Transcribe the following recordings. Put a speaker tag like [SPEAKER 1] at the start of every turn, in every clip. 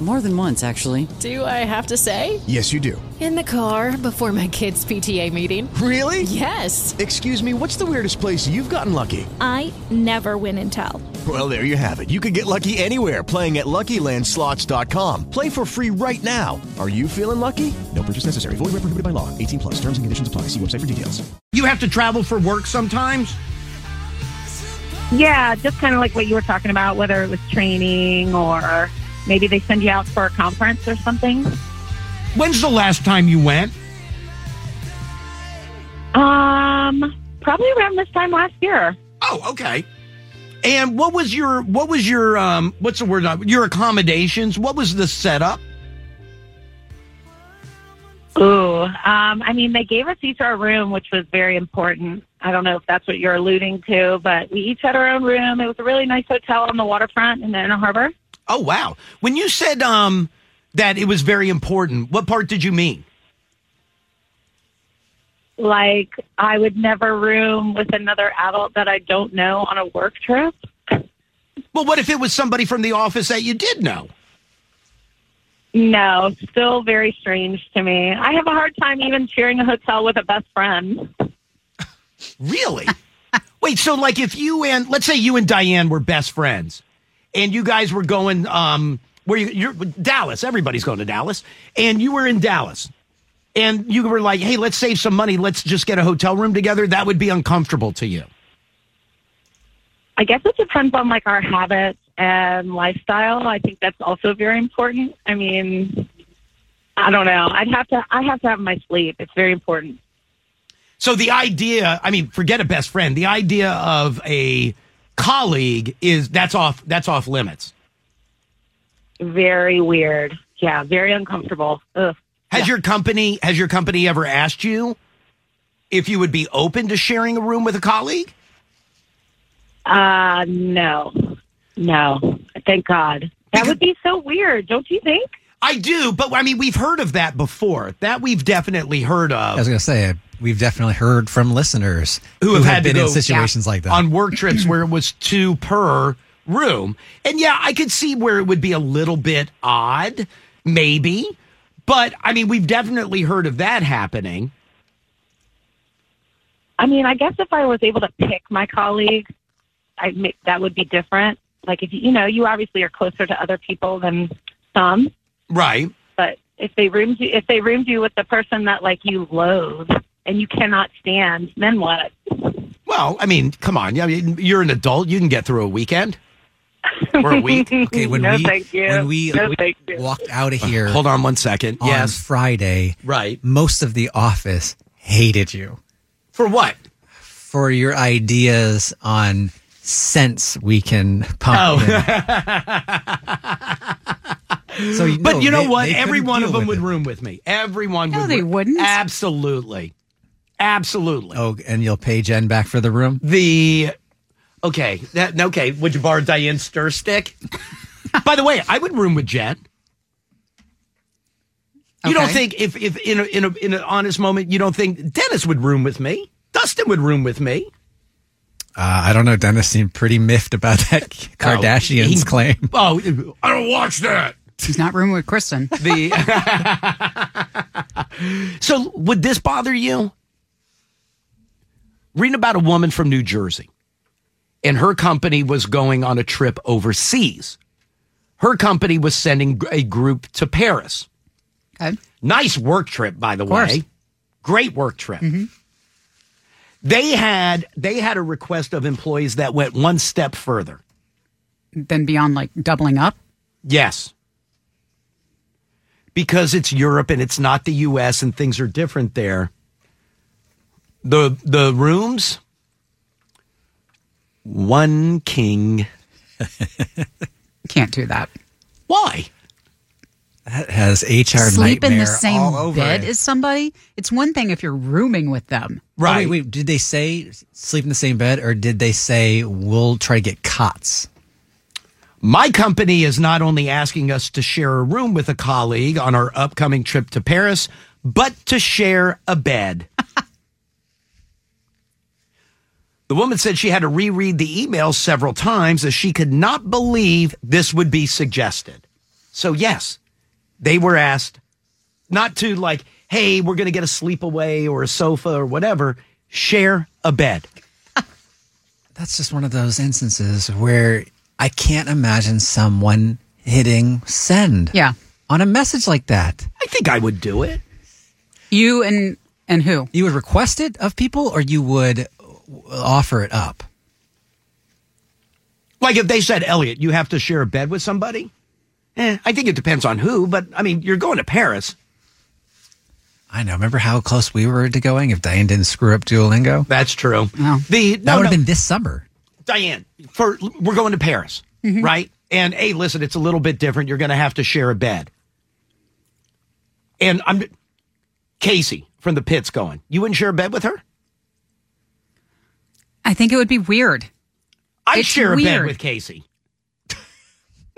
[SPEAKER 1] More than once, actually.
[SPEAKER 2] Do I have to say?
[SPEAKER 3] Yes, you do.
[SPEAKER 4] In the car before my kids' PTA meeting.
[SPEAKER 3] Really?
[SPEAKER 4] Yes.
[SPEAKER 3] Excuse me, what's the weirdest place you've gotten lucky?
[SPEAKER 5] I never win and tell.
[SPEAKER 3] Well, there you have it. You can get lucky anywhere playing at LuckyLandSlots.com. Play for free right now. Are you feeling lucky? No purchase necessary. Void where prohibited by law. 18 plus. Terms and conditions apply. See website for details.
[SPEAKER 6] You have to travel for work sometimes.
[SPEAKER 7] Yeah, just kind of like what you were talking about, whether it was training or maybe they send you out for a conference or something.
[SPEAKER 6] When's the last time you went?
[SPEAKER 7] Um, probably around this time last year.
[SPEAKER 6] Oh, okay. And what was your what was your um what's the word uh, your accommodations? What was the setup?
[SPEAKER 7] Ooh, um, I mean, they gave us each our room, which was very important. I don't know if that's what you're alluding to, but we each had our own room. It was a really nice hotel on the waterfront in the Inner Harbor.
[SPEAKER 6] Oh wow. When you said um that it was very important, what part did you mean?
[SPEAKER 7] Like, I would never room with another adult that I don't know on a work trip.
[SPEAKER 6] Well, what if it was somebody from the office that you did know?
[SPEAKER 7] No, still very strange to me. I have a hard time even sharing a hotel with a best friend.
[SPEAKER 6] Really? Wait, so like if you and let's say you and Diane were best friends and you guys were going um where you you're Dallas, everybody's going to Dallas, and you were in Dallas. And you were like, "Hey, let's save some money. Let's just get a hotel room together." That would be uncomfortable to you.
[SPEAKER 7] I guess it depends on like our habits and lifestyle. I think that's also very important. I mean, I don't know. I'd have to. I have to have my sleep. It's very important.
[SPEAKER 6] So the idea, I mean, forget a best friend. The idea of a colleague is that's off that's off limits.
[SPEAKER 7] Very weird. Yeah, very uncomfortable. Ugh.
[SPEAKER 6] Has your company has your company ever asked you if you would be open to sharing a room with a colleague?
[SPEAKER 7] Uh, no, no. Thank God. That would be so weird, don't you think?
[SPEAKER 6] I do, but I mean, we've heard of that before. That we've definitely heard
[SPEAKER 8] I was
[SPEAKER 6] of
[SPEAKER 8] going to say, we've definitely heard from listeners
[SPEAKER 6] who have, had to
[SPEAKER 8] been in
[SPEAKER 6] go
[SPEAKER 8] situations like that.
[SPEAKER 6] on work trips where it was two per room. And yeah, I could see where it would be a little bit odd, maybe. But I mean, we've definitely heard of that happening.
[SPEAKER 7] I mean, I guess if I was able to pick my colleagues, I make, that would be different. Like if you you know, you obviously are closer to other people than some,
[SPEAKER 6] Right.
[SPEAKER 7] but if they roomed you, if they roomed you with the person that like you loathe and you cannot stand, then what?
[SPEAKER 6] Well, I mean, come on. Yeah, I mean, you're an adult. You can get through a weekend or a week.
[SPEAKER 8] okay, when
[SPEAKER 7] No,
[SPEAKER 8] we
[SPEAKER 7] thank you.
[SPEAKER 8] when we
[SPEAKER 7] No, thank you.
[SPEAKER 8] walked out of here
[SPEAKER 6] Hold on one second.
[SPEAKER 8] on
[SPEAKER 6] yes.
[SPEAKER 8] Friday,
[SPEAKER 6] Right.
[SPEAKER 8] most of the office hated you
[SPEAKER 6] For what?
[SPEAKER 8] for your ideas on scents we can
[SPEAKER 6] Oh.
[SPEAKER 8] pump. in. so,
[SPEAKER 6] But
[SPEAKER 8] no,
[SPEAKER 6] you know
[SPEAKER 8] they-
[SPEAKER 6] what?
[SPEAKER 8] they couldn't
[SPEAKER 6] Every one of
[SPEAKER 8] deal
[SPEAKER 6] them
[SPEAKER 8] with
[SPEAKER 6] would
[SPEAKER 8] it.
[SPEAKER 6] room with me. Everyone
[SPEAKER 1] No,
[SPEAKER 6] would.
[SPEAKER 1] they
[SPEAKER 6] room-
[SPEAKER 1] wouldn't.
[SPEAKER 6] Absolutely. Absolutely.
[SPEAKER 8] Oh, and you'll pay Jen back for the room.
[SPEAKER 6] The okay, that okay. Would you borrow Diane's stir stick? By the way, I would room with Jen. You don't
[SPEAKER 1] Okay.
[SPEAKER 6] think if if in a, in a, in an honest moment, you don't think Dennis would room with me? Dustin would room with me.
[SPEAKER 8] Uh, I don't know. Dennis seemed pretty miffed about that Kardashian's
[SPEAKER 6] Oh, he-
[SPEAKER 8] claim.
[SPEAKER 6] Oh, I don't watch that.
[SPEAKER 1] He's not rooming with Kristen.
[SPEAKER 6] The so would this bother you? Reading about a woman from New Jersey, and her company was going on a trip overseas. Her company was sending a group to Paris.
[SPEAKER 1] Okay.
[SPEAKER 6] Nice work trip, by the
[SPEAKER 1] course.
[SPEAKER 6] way. Great work trip. They had they had a request of employees that went one step further.
[SPEAKER 1] Then beyond like doubling up.
[SPEAKER 6] Yes. Because it's Europe and it's not the US and things are different there. The the rooms one king.
[SPEAKER 1] Can't do that.
[SPEAKER 6] Why?
[SPEAKER 8] That has HR
[SPEAKER 1] Sleep
[SPEAKER 8] nightmare
[SPEAKER 1] in the same
[SPEAKER 8] all over
[SPEAKER 1] bed
[SPEAKER 8] it.
[SPEAKER 1] as somebody. It's one thing if you're rooming with them.
[SPEAKER 8] Oh, wait, wait, did they say sleep in the same bed, or did they say we'll try to get cots?
[SPEAKER 6] My company is not only asking us to share a room with a colleague on our upcoming trip to Paris, but to share a bed. The woman said she had to reread the emails several times as she could not believe this would be suggested. So, yes, they were asked not to, like, hey, we're going to get a sleepaway or a sofa or whatever, share a bed.
[SPEAKER 8] That's just one of those instances where I can't imagine someone hitting send.
[SPEAKER 2] Yeah.
[SPEAKER 8] On a message like that.
[SPEAKER 6] I think I would do it.
[SPEAKER 2] You and and who?
[SPEAKER 8] You would request it of people or you would offer it up?
[SPEAKER 6] Like if they said, Elliot, you have to share a bed with somebody. Eh, I think it depends on who, but I mean, you're going to Paris.
[SPEAKER 8] I know. Remember how close we were to going if Diane didn't screw up Duolingo?
[SPEAKER 6] That's true. The
[SPEAKER 8] That
[SPEAKER 6] no, no,
[SPEAKER 8] would have been this summer.
[SPEAKER 6] Diane. For we're going to Paris, right? And hey, listen, it's a little bit different. You're going to have to share a bed. And I'm Casey from the pits going. You wouldn't share a bed with her?
[SPEAKER 2] I think it would be weird.
[SPEAKER 6] I'd
[SPEAKER 2] It's
[SPEAKER 6] share a bed
[SPEAKER 2] weird.
[SPEAKER 6] with Casey. no,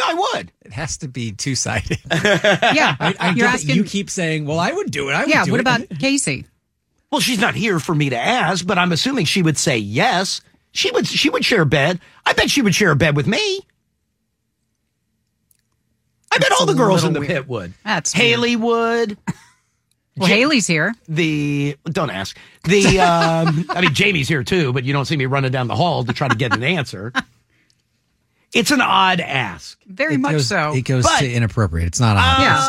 [SPEAKER 6] I would.
[SPEAKER 8] It has to be two sided.
[SPEAKER 2] Yeah, you're asking.
[SPEAKER 8] you keep saying, well, I would do it. I would
[SPEAKER 2] yeah,
[SPEAKER 8] do
[SPEAKER 2] what
[SPEAKER 8] it.
[SPEAKER 2] about Casey?
[SPEAKER 6] Well, she's not here for me to ask, but I'm assuming she would say yes. She would she would share a bed. I bet she would share a bed with me. I bet all the girls in the
[SPEAKER 2] little
[SPEAKER 6] pit would.
[SPEAKER 2] That's
[SPEAKER 6] Haley would.
[SPEAKER 2] Well, Haley's here.
[SPEAKER 6] The don't ask. The um, I mean Jamie's here too, but you don't see me running down the hall to try to get an answer. It's an odd ask.
[SPEAKER 2] Very
[SPEAKER 8] It
[SPEAKER 2] much
[SPEAKER 8] goes-
[SPEAKER 2] so.
[SPEAKER 8] It goes
[SPEAKER 6] But-
[SPEAKER 8] to inappropriate. It's not on.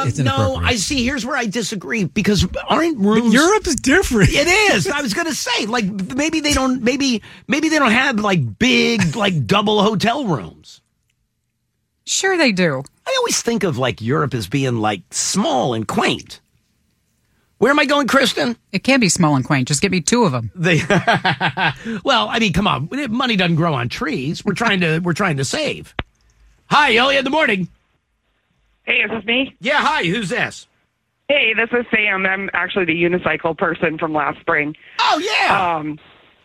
[SPEAKER 6] Um,
[SPEAKER 8] it's, it's
[SPEAKER 6] no,
[SPEAKER 8] inappropriate.
[SPEAKER 6] I see. Here's where I disagree because aren't rooms
[SPEAKER 8] Europe's different.
[SPEAKER 6] It is. I was gonna say, like maybe they don't. Maybe maybe they don't have like big like double hotel rooms.
[SPEAKER 2] Sure, they do.
[SPEAKER 6] I always think of like Europe as being like small and quaint. Where am I going, Kristen?
[SPEAKER 2] It can be small and quaint. Just get me two of them.
[SPEAKER 6] They, well, I mean, come on, money doesn't grow on trees. We're trying to we're trying to save. Hi, Elliot. in the morning.
[SPEAKER 7] Hey, is this me?
[SPEAKER 6] Yeah, hi. Who's this?
[SPEAKER 7] Hey, this is Sam. I'm actually the unicycle person from last spring.
[SPEAKER 6] Oh yeah.
[SPEAKER 7] Um,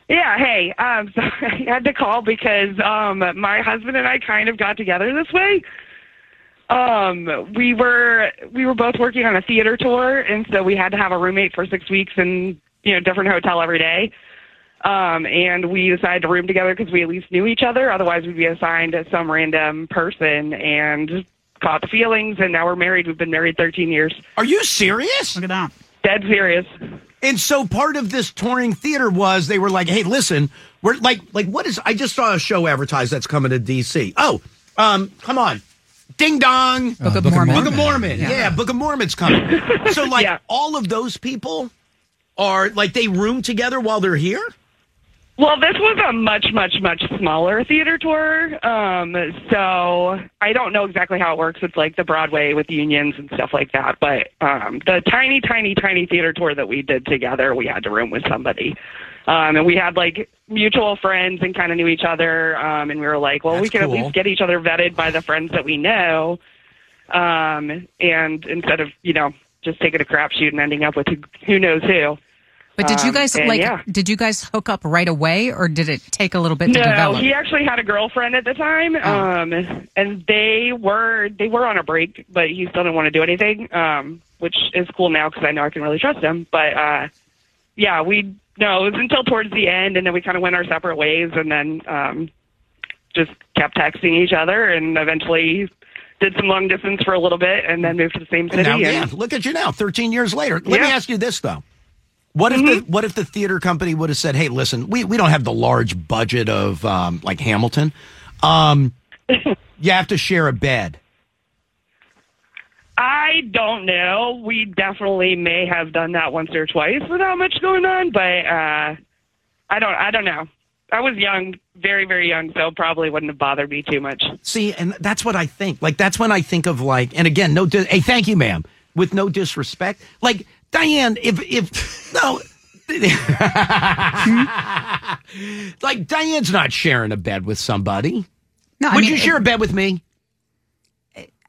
[SPEAKER 7] yeah, hey, um, so I had to call because um, my husband and I kind of got together this way. Um, we were we were both working on a theater tour, and so we had to have a roommate for six weeks in you know different hotel every day. Um, and we decided to room together because we at least knew each other. Otherwise, we'd be assigned some random person and caught the feelings. And now we're married. We've been married 13 years.
[SPEAKER 6] Are you serious?
[SPEAKER 2] Look at that.
[SPEAKER 7] Dead serious.
[SPEAKER 6] And so part of this touring theater was they were like, "Hey, listen, we're like, like what is? I just saw a show advertised that's coming to DC. Oh, um, come on, Ding Dong,
[SPEAKER 8] Uh,
[SPEAKER 2] Book of Mormon.
[SPEAKER 6] Book of Mormon, yeah. Book of Mormon's coming. so like
[SPEAKER 7] Yeah.
[SPEAKER 6] all of those people are like they room together while they're here.
[SPEAKER 7] Well, this was a much, much, much smaller theater tour. Um, so I don't know exactly how it works with like the Broadway with unions and stuff like that. But um, the tiny, tiny, tiny theater tour that we did together, we had to room with somebody. Um, and we had like mutual friends and kind of knew each other. Um, and we were like, well,
[SPEAKER 6] That's
[SPEAKER 7] we can
[SPEAKER 6] cool.
[SPEAKER 7] at least get each other vetted by the friends that we know. Um, and instead of, you know, just taking a crapshoot and ending up with who, who knows who.
[SPEAKER 2] But did you
[SPEAKER 7] Um,
[SPEAKER 2] guys
[SPEAKER 7] and
[SPEAKER 2] like?
[SPEAKER 7] yeah.
[SPEAKER 2] Did you guys hook up right away, or did it take a little bit to
[SPEAKER 7] No,
[SPEAKER 2] develop? Oh.
[SPEAKER 7] he actually had a girlfriend at the time, um, and they were they were on a break, but he still didn't want to do anything, um, which is cool now because I know I can really trust him. But uh, yeah, we no, it was until towards the end, and then we kind of went our separate ways, and then um, just kept texting each other, and eventually did some long distance for a little bit, and then moved to the same city.
[SPEAKER 6] Now,
[SPEAKER 7] and-
[SPEAKER 6] yeah, look at you now, 13 years later. Let me
[SPEAKER 7] Yeah.
[SPEAKER 6] ask you this though. What if
[SPEAKER 2] Mm-hmm.
[SPEAKER 6] the what if the theater company would have said, "Hey, listen, we, we don't have the large budget of um, like Hamilton. Um, you have to share a bed."
[SPEAKER 7] I don't know. We definitely may have done that once or twice without much going on, but uh, I don't. I don't know. I was young, very very young, so it probably wouldn't have bothered me too much.
[SPEAKER 6] See, and that's what I think. Like that's when I think of like, and again, no. Dis- hey, thank you, ma'am. With no disrespect, like Diane, if if no. like Diane's not sharing a bed with somebody.
[SPEAKER 2] No, I
[SPEAKER 6] Would
[SPEAKER 2] mean,
[SPEAKER 6] you
[SPEAKER 2] it-
[SPEAKER 6] share a bed with me?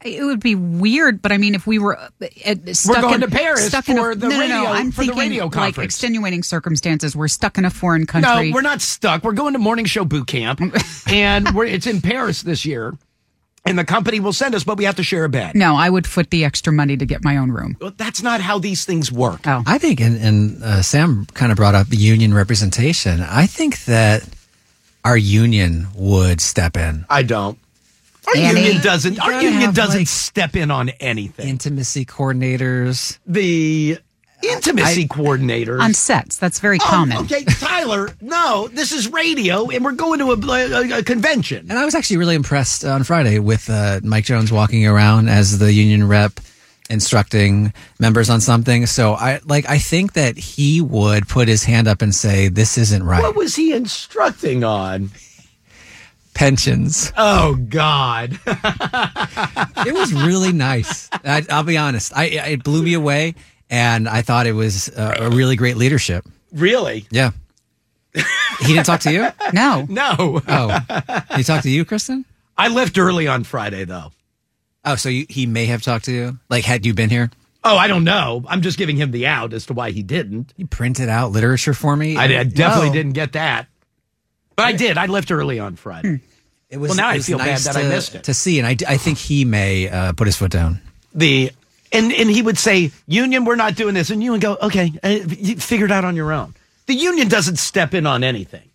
[SPEAKER 2] It, would be weird, but I mean, if we were uh, uh, stuck
[SPEAKER 6] going
[SPEAKER 2] in,
[SPEAKER 6] to Paris
[SPEAKER 2] stuck in a-
[SPEAKER 6] for the
[SPEAKER 2] no, no,
[SPEAKER 6] radio-
[SPEAKER 2] no, I'm
[SPEAKER 6] for the
[SPEAKER 2] thinking
[SPEAKER 6] radio
[SPEAKER 2] like
[SPEAKER 6] conference.
[SPEAKER 2] extenuating circumstances. We're stuck in a foreign
[SPEAKER 6] No,
[SPEAKER 2] country.
[SPEAKER 6] we're not stuck. We're going to morning show boot camp, and we're, it's in Paris this year. And the company will send us, but we have to share a bed.
[SPEAKER 2] No, I would foot the extra money to get my own room.
[SPEAKER 6] Well, that's not how these things work.
[SPEAKER 2] Oh.
[SPEAKER 8] I think, and, and uh, Sam kind of brought up union representation. I think that our union would step in.
[SPEAKER 6] I don't. Our
[SPEAKER 2] Annie?
[SPEAKER 6] union doesn't. Our
[SPEAKER 8] gotta
[SPEAKER 6] union
[SPEAKER 8] have,
[SPEAKER 6] doesn't
[SPEAKER 8] like-
[SPEAKER 6] step in on anything.
[SPEAKER 8] Intimacy coordinators.
[SPEAKER 6] the intimacy coordinator.
[SPEAKER 2] on sets. That's very common.
[SPEAKER 6] Oh, okay, Tyler. No, this is radio, and we're going to a, a, a convention.
[SPEAKER 8] And I was actually really impressed on Friday with uh, Mike Jones walking around as the union rep instructing members on something. So I like I think that he would put his hand up and say this isn't right.
[SPEAKER 6] What was he instructing on?
[SPEAKER 8] Pensions.
[SPEAKER 6] Oh God!
[SPEAKER 8] it was really nice. I, I'll be honest. I it blew me away and I thought it was uh, a really great leadership.
[SPEAKER 6] really?
[SPEAKER 8] Yeah. he didn't talk to you?
[SPEAKER 2] No,
[SPEAKER 6] No.
[SPEAKER 8] Oh. He talked to you, Kristen?
[SPEAKER 6] I left early on Friday, though.
[SPEAKER 8] Oh, so you, he may have talked to you? Like had you been here?
[SPEAKER 6] Oh, I don't know. I'm just giving him the out as to why he didn't.
[SPEAKER 8] You printed out literature for me?
[SPEAKER 6] I, I definitely
[SPEAKER 8] No.
[SPEAKER 6] didn't get that, but I did. I left early on Friday.
[SPEAKER 8] Hmm. It was,
[SPEAKER 6] Well, now
[SPEAKER 8] it
[SPEAKER 6] I
[SPEAKER 8] was
[SPEAKER 6] feel bad
[SPEAKER 8] nice
[SPEAKER 6] that
[SPEAKER 8] to,
[SPEAKER 6] I missed it.
[SPEAKER 8] to see, and I, I think he may uh, put his foot down.
[SPEAKER 6] the and and he would say union we're not doing this and you would go okay uh, you figure it out on your own the union doesn't step in on anything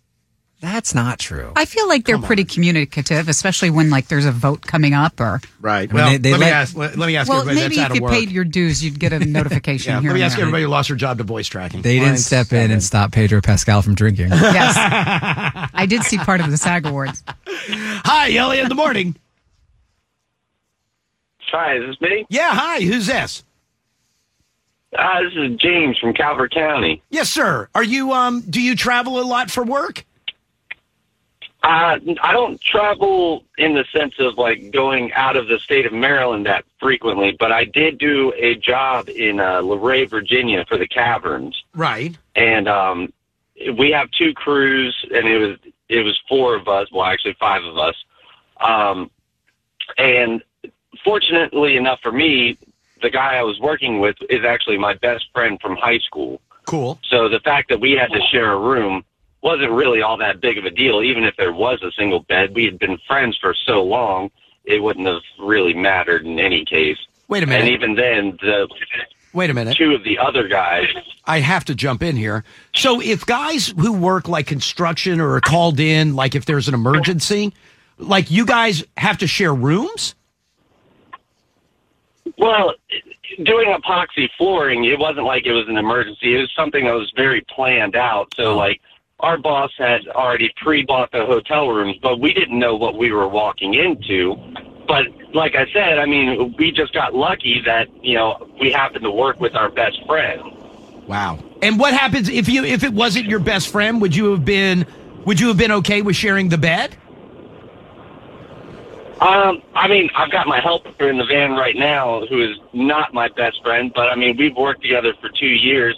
[SPEAKER 8] That's not true.
[SPEAKER 2] I feel like they're pretty communicative, especially when like there's a vote coming up or.
[SPEAKER 6] right
[SPEAKER 8] I mean, they- they let-
[SPEAKER 6] let, let me ask
[SPEAKER 2] Well, maybe if you paid your dues, you'd get a notification
[SPEAKER 6] yeah,
[SPEAKER 2] here.
[SPEAKER 6] let me
[SPEAKER 2] and
[SPEAKER 6] ask
[SPEAKER 2] there.
[SPEAKER 6] everybody who lost their job to voice tracking
[SPEAKER 8] they didn't
[SPEAKER 6] Fine.
[SPEAKER 8] step in and stop Pedro Pascal from drinking.
[SPEAKER 2] Yes, I did see part of the SAG Awards.
[SPEAKER 6] hi ellie in the morning
[SPEAKER 7] Hi, is this me?
[SPEAKER 6] yeah hi who's this
[SPEAKER 7] Uh, this is James from Calvert County.
[SPEAKER 6] yes sir are you um do you travel a lot for work
[SPEAKER 7] Uh, I don't travel in the sense of like going out of the state of Maryland that frequently, but I did do a job in uh, Luray, Virginia for the caverns,
[SPEAKER 6] right
[SPEAKER 7] and um, we have two crews, and it was it was four of us. Well, actually, five of us. Um, and fortunately enough for me, the guy I was working with is actually my best friend from high school.
[SPEAKER 6] cool
[SPEAKER 7] So the fact that we had to share a room wasn't really all that big of a deal, even if there was a single bed. We had been friends for so long, it wouldn't have really mattered in any case.
[SPEAKER 6] Wait a
[SPEAKER 7] And
[SPEAKER 6] minute.
[SPEAKER 7] even then, the
[SPEAKER 6] Wait a minute.
[SPEAKER 7] two of the other guys,
[SPEAKER 6] I have to jump in here. So, if guys who work like construction or are called in, like if there's an emergency, like you guys have to share rooms?
[SPEAKER 7] well, doing epoxy flooring, it wasn't like it was an emergency. It was something that was very planned out. So, like, our boss had already pre-bought the hotel rooms, but we didn't know what we were walking into. But like I said, I mean, we just got lucky that you know we happened to work with our best friend.
[SPEAKER 6] Wow. And what happens if you if it wasn't your best friend? Would you have been would you have been okay with sharing the bed?
[SPEAKER 7] Um, I mean, I've got my helper in the van right now who is not my best friend, but I mean, we've worked together for two years.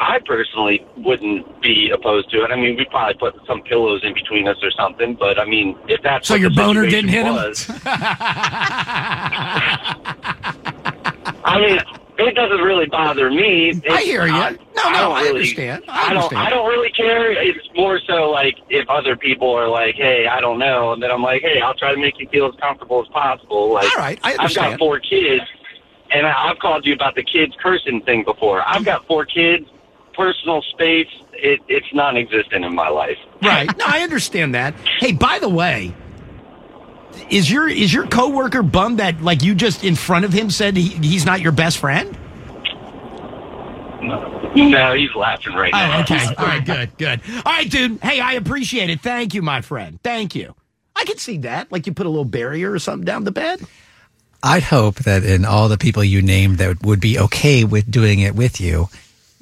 [SPEAKER 7] I personally wouldn't be opposed to it. I mean, we probably put some pillows in between us or something, but I mean, if that's
[SPEAKER 6] So
[SPEAKER 7] what
[SPEAKER 6] your
[SPEAKER 7] the
[SPEAKER 6] boner
[SPEAKER 7] situation
[SPEAKER 6] didn't hit him?
[SPEAKER 7] was, I mean, it doesn't really bother me. It's,
[SPEAKER 6] I hear you.
[SPEAKER 7] I-
[SPEAKER 6] No, no,
[SPEAKER 7] don't
[SPEAKER 6] I
[SPEAKER 7] really-
[SPEAKER 6] understand. I
[SPEAKER 7] don't.
[SPEAKER 6] understand.
[SPEAKER 7] I don't really care. It's more so like if other people are like, "Hey, I don't know," and then I'm like, "Hey, I'll try to make you feel as comfortable as possible." Like,
[SPEAKER 6] All right, I
[SPEAKER 7] have
[SPEAKER 6] understand.
[SPEAKER 7] got four kids, and I, I've called you about the kids cursing thing before. I've got four kids. Personal space, it, it's non-existent in my life.
[SPEAKER 6] Right. No, I understand that. Hey, by the way, is your is your coworker bummed that like you just in front of him said he, he's not your best friend?
[SPEAKER 7] No, he's laughing right now.
[SPEAKER 6] Oh, okay. All right, good, good. All right, dude. Hey, I appreciate it. Thank you, my friend. Thank you. I can see that. Like you put a little barrier or something down the bed.
[SPEAKER 8] I'd hope that in all the people you named that would be okay with doing it with you,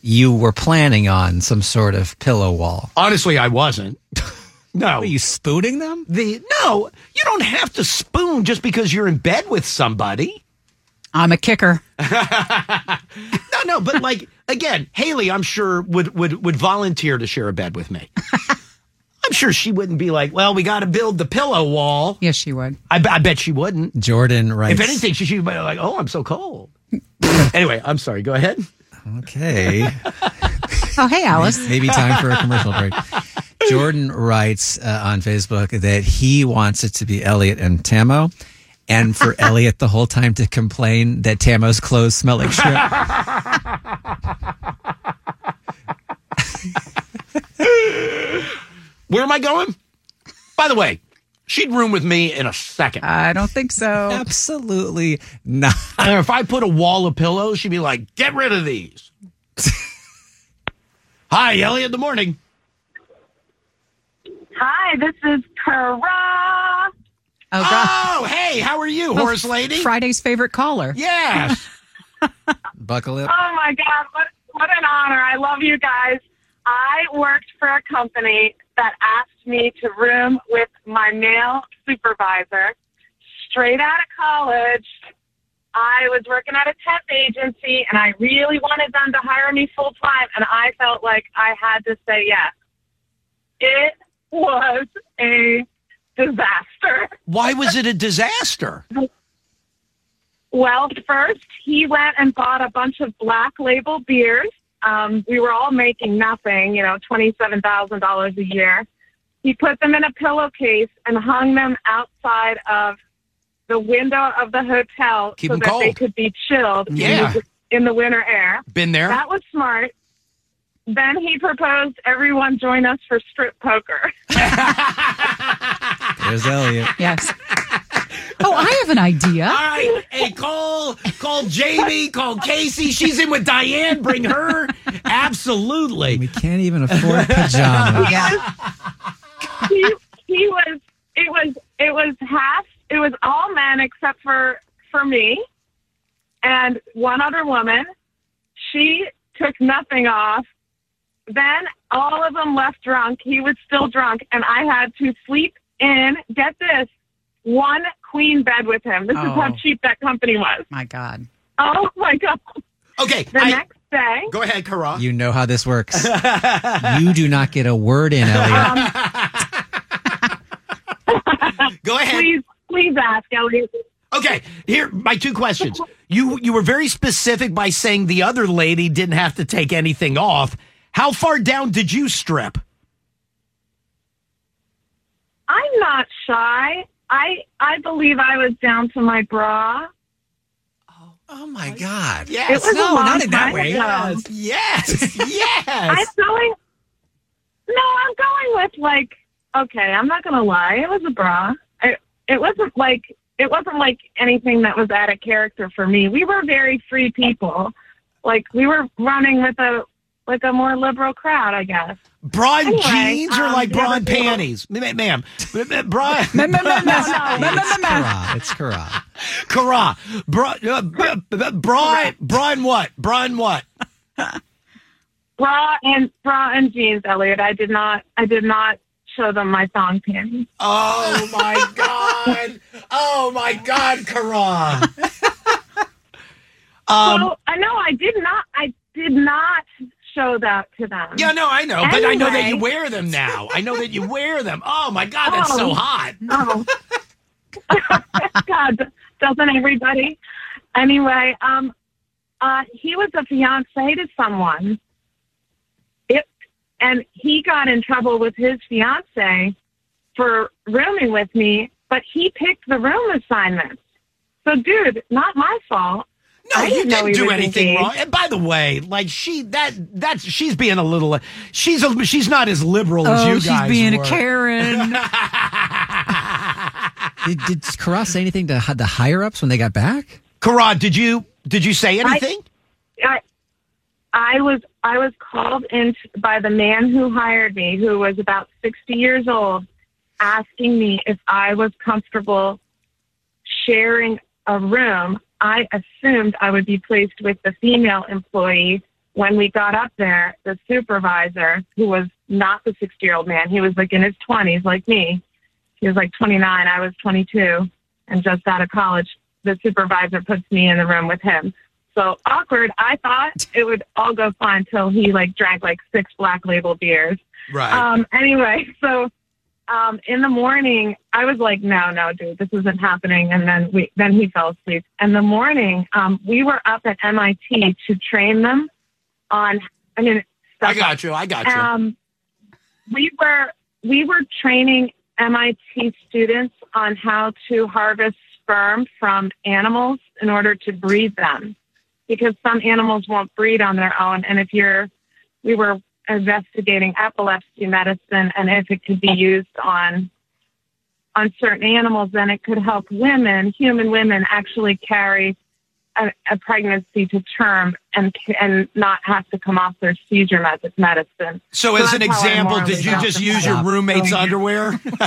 [SPEAKER 8] you were planning on some sort of pillow wall.
[SPEAKER 6] Honestly, I wasn't. no.
[SPEAKER 8] Are you spooning them?
[SPEAKER 6] the no, you don't have to spoon just because you're in bed with somebody.
[SPEAKER 2] I'm a kicker.
[SPEAKER 6] No, no, but like again, Haley, I'm sure would would would volunteer to share a bed with me. I'm sure she wouldn't be like, well, we got to build the pillow wall.
[SPEAKER 2] Yes, she would.
[SPEAKER 6] I, be- I bet she wouldn't.
[SPEAKER 8] Jordan writes.
[SPEAKER 6] If anything, she should be like, oh, I'm so cold. anyway, I'm sorry. Go ahead.
[SPEAKER 8] Okay.
[SPEAKER 2] Oh, hey, Alice.
[SPEAKER 8] Maybe time for a commercial break. Jordan writes uh, on Facebook that he wants it to be Elliot and Tammo, and for Elliot the whole time to complain that Tammo's clothes smell like shrimp.
[SPEAKER 6] Where am I going? By the way, she'd room with me in a second.
[SPEAKER 2] I don't think so.
[SPEAKER 8] Absolutely not.
[SPEAKER 6] And if I put a wall of pillows, she'd be like, "Get rid of these." Hi, Elliot. Good morning.
[SPEAKER 7] Hi, this is Kara.
[SPEAKER 2] Oh,
[SPEAKER 6] God. oh hey, how are you, horse lady?
[SPEAKER 2] Friday's favorite caller.
[SPEAKER 6] Yes.
[SPEAKER 8] Buckle up.
[SPEAKER 7] Oh my God, what what an honor! I love you guys. I worked for a company that asked me to room with my male supervisor. Straight out of college, I was working at a temp agency, and I really wanted them to hire me full time, and I felt like I had to say yes. It was a disaster.
[SPEAKER 6] Why was it a disaster?
[SPEAKER 7] Well, first, he went and bought a bunch of black label beers. Um, we were all making nothing, you know, $27,000 a year. He put them in a pillowcase and hung them outside of the window of the hotel
[SPEAKER 6] Keep
[SPEAKER 7] so
[SPEAKER 6] 'em
[SPEAKER 7] that they
[SPEAKER 6] cold.
[SPEAKER 7] could be chilled in
[SPEAKER 6] Yeah.
[SPEAKER 7] the- in the winter air.
[SPEAKER 6] Been there.
[SPEAKER 7] That was smart. Then he proposed everyone join us for strip poker.
[SPEAKER 8] There's Elliot.
[SPEAKER 2] Yes. Oh, I have an
[SPEAKER 6] All
[SPEAKER 2] idea.
[SPEAKER 6] right. Hey, call call Jamie, call Casey. She's in with Diane. Bring her. Absolutely.
[SPEAKER 8] We can't even afford pajamas.
[SPEAKER 2] Yeah.
[SPEAKER 7] he, he was it was it was half it was all men except for for me and one other woman she took nothing off then all of them left drunk he was still drunk and i had to sleep in get this one queen bed with him this is how
[SPEAKER 2] Oh.
[SPEAKER 7] cheap that company was
[SPEAKER 2] My God.
[SPEAKER 7] oh my god
[SPEAKER 6] Okay.
[SPEAKER 7] the
[SPEAKER 6] I-
[SPEAKER 7] next day
[SPEAKER 6] go ahead, Kara.
[SPEAKER 8] You know how this works. You do not get a word in, Elliot.
[SPEAKER 6] go ahead.
[SPEAKER 7] please please ask elliot
[SPEAKER 6] Okay. Here, my two questions. You you were very specific by saying the other lady didn't have to take anything off. How far down did you strip?
[SPEAKER 7] I'm not shy. I I believe I was down to my bra.
[SPEAKER 8] Oh my God.
[SPEAKER 7] It was a long time ago.
[SPEAKER 6] Yes.
[SPEAKER 7] I'm
[SPEAKER 6] Yes.
[SPEAKER 7] going. No, I'm going with like. Okay, I'm not gonna lie. It was a bra. It it wasn't like it wasn't like anything that was out of character for me. We were very free people. Like we were running with a like a more liberal crowd, I guess.
[SPEAKER 6] Bra and
[SPEAKER 7] Anyway,
[SPEAKER 6] jeans or
[SPEAKER 7] um,
[SPEAKER 6] like
[SPEAKER 7] yeah,
[SPEAKER 6] bra and
[SPEAKER 7] but-
[SPEAKER 6] panties? Ma- Ma'am. Ma- ma- Bra.
[SPEAKER 2] No, no, no, no, no,
[SPEAKER 8] It's
[SPEAKER 2] no, no.
[SPEAKER 8] Kara. Uh, It's Kara.
[SPEAKER 6] Kara. Bra. uh, b- b- Bra. Bra and what? Bra and what?
[SPEAKER 7] Bra and bra and jeans, Elliot. I did not. I did not show them my thong panties.
[SPEAKER 6] Oh my god! Oh my god, Karan. um,
[SPEAKER 7] so I know I did not. I did not show that to them.
[SPEAKER 6] yeah, no, I know, but I know that you
[SPEAKER 7] Anyway.
[SPEAKER 6] wear them now. I know that you wear them. Oh my god, that's so
[SPEAKER 7] Oh.
[SPEAKER 6] hot.
[SPEAKER 7] Oh. God, doesn't everybody? Anyway, um, uh, he was a fiance to someone. It, and he got in trouble with his fiance for rooming with me, but he picked the room assignments. So, dude, not my fault.
[SPEAKER 6] No,
[SPEAKER 7] I
[SPEAKER 6] you
[SPEAKER 7] didn't know
[SPEAKER 6] didn't
[SPEAKER 7] he
[SPEAKER 6] do
[SPEAKER 7] was
[SPEAKER 6] anything
[SPEAKER 7] engaged.
[SPEAKER 6] wrong. And by the way, like she that that's she's being a little she's a, she's not as liberal as
[SPEAKER 2] Oh,
[SPEAKER 6] you
[SPEAKER 2] she's
[SPEAKER 6] guys
[SPEAKER 2] being
[SPEAKER 6] were.
[SPEAKER 2] a Karen.
[SPEAKER 8] Did, did Kara say anything to hi- the higher ups when they got back?
[SPEAKER 6] Karan, did you did you say anything?
[SPEAKER 7] I, I was I was called in t- by the man who hired me, who was about sixty years old, asking me if I was comfortable sharing a room. I assumed I would be placed with the female employee. When we got up there, the supervisor, who was not the sixty year old man, he was like in his twenties, like me. He was like twenty nine. I was twenty two, and just out of college. The supervisor puts me in the room with him so awkward. I thought it would all go fine till he like drank like six black label beers.
[SPEAKER 6] Right.
[SPEAKER 7] Um, anyway, so um, in the morning, I was like, no, no, dude, this isn't happening. And then we, then he fell asleep. And the morning, um, we were up at MIT to train them on. I mean,
[SPEAKER 6] I got you. I got you.
[SPEAKER 7] um, we were we were training MIT students on how to harvest sperm from animals in order to breed them, because some animals won't breed on their own. And if you're, we were investigating epilepsy medicine and if it could be used on on certain animals, then it could help women, human women, actually carry a, a pregnancy to term and and not have to come off their seizure med- medicine.
[SPEAKER 6] So, as an
[SPEAKER 7] that's how I
[SPEAKER 6] example,
[SPEAKER 7] morally
[SPEAKER 6] did you just
[SPEAKER 7] justify
[SPEAKER 6] use your
[SPEAKER 7] it.
[SPEAKER 6] roommate's
[SPEAKER 7] So-
[SPEAKER 6] underwear?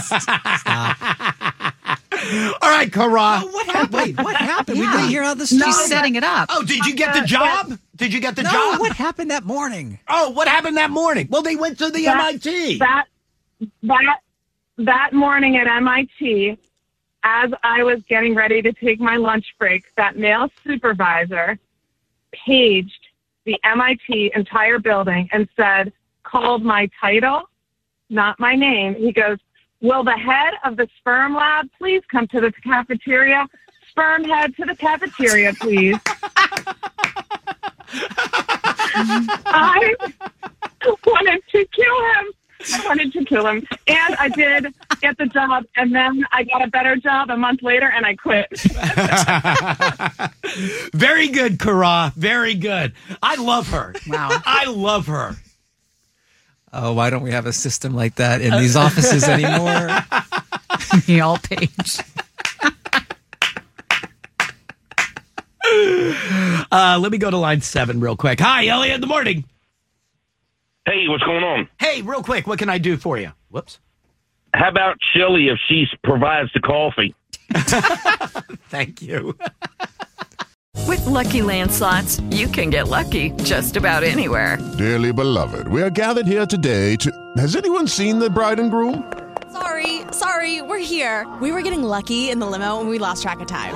[SPEAKER 6] All right, Kara. what happened? Wait, what happened?
[SPEAKER 8] We Yeah. didn't hear how this- She's setting it up.
[SPEAKER 6] Oh, did you get the
[SPEAKER 8] Uh,
[SPEAKER 6] job? Did you get the
[SPEAKER 8] No,
[SPEAKER 6] job?
[SPEAKER 8] what happened that morning?
[SPEAKER 6] Oh, what happened that morning? Well, they went to the
[SPEAKER 7] That-
[SPEAKER 6] MIT.
[SPEAKER 7] That that that morning at MIT, as I was getting ready to take my lunch break, that male supervisor paged the MIT entire building and said, called my title, not my name. He goes, Will the head of the sperm lab please come to the cafeteria? Sperm head to the cafeteria, please. I wanted to kill him. I wanted to kill him. And I did get the job. And then I got a better job a month later and I quit.
[SPEAKER 6] Very good, Kara. Very good. I love her. Wow. I love her.
[SPEAKER 8] Oh, why don't we have a system like that in these offices anymore?
[SPEAKER 2] Y'all page.
[SPEAKER 6] Uh, let me go to line seven real quick. Hi, Elliot. in the morning.
[SPEAKER 9] Hey, what's going on?
[SPEAKER 6] Hey, real quick, what can I do for you? Whoops.
[SPEAKER 9] How about Shelly if she provides the coffee?
[SPEAKER 6] Thank you.
[SPEAKER 10] With Lucky Land slots, you can get lucky just about anywhere.
[SPEAKER 11] Dearly beloved, we are gathered here today to. Has anyone seen the bride and groom?
[SPEAKER 12] Sorry, sorry, we're here. We were getting lucky in the limo and we lost track of time.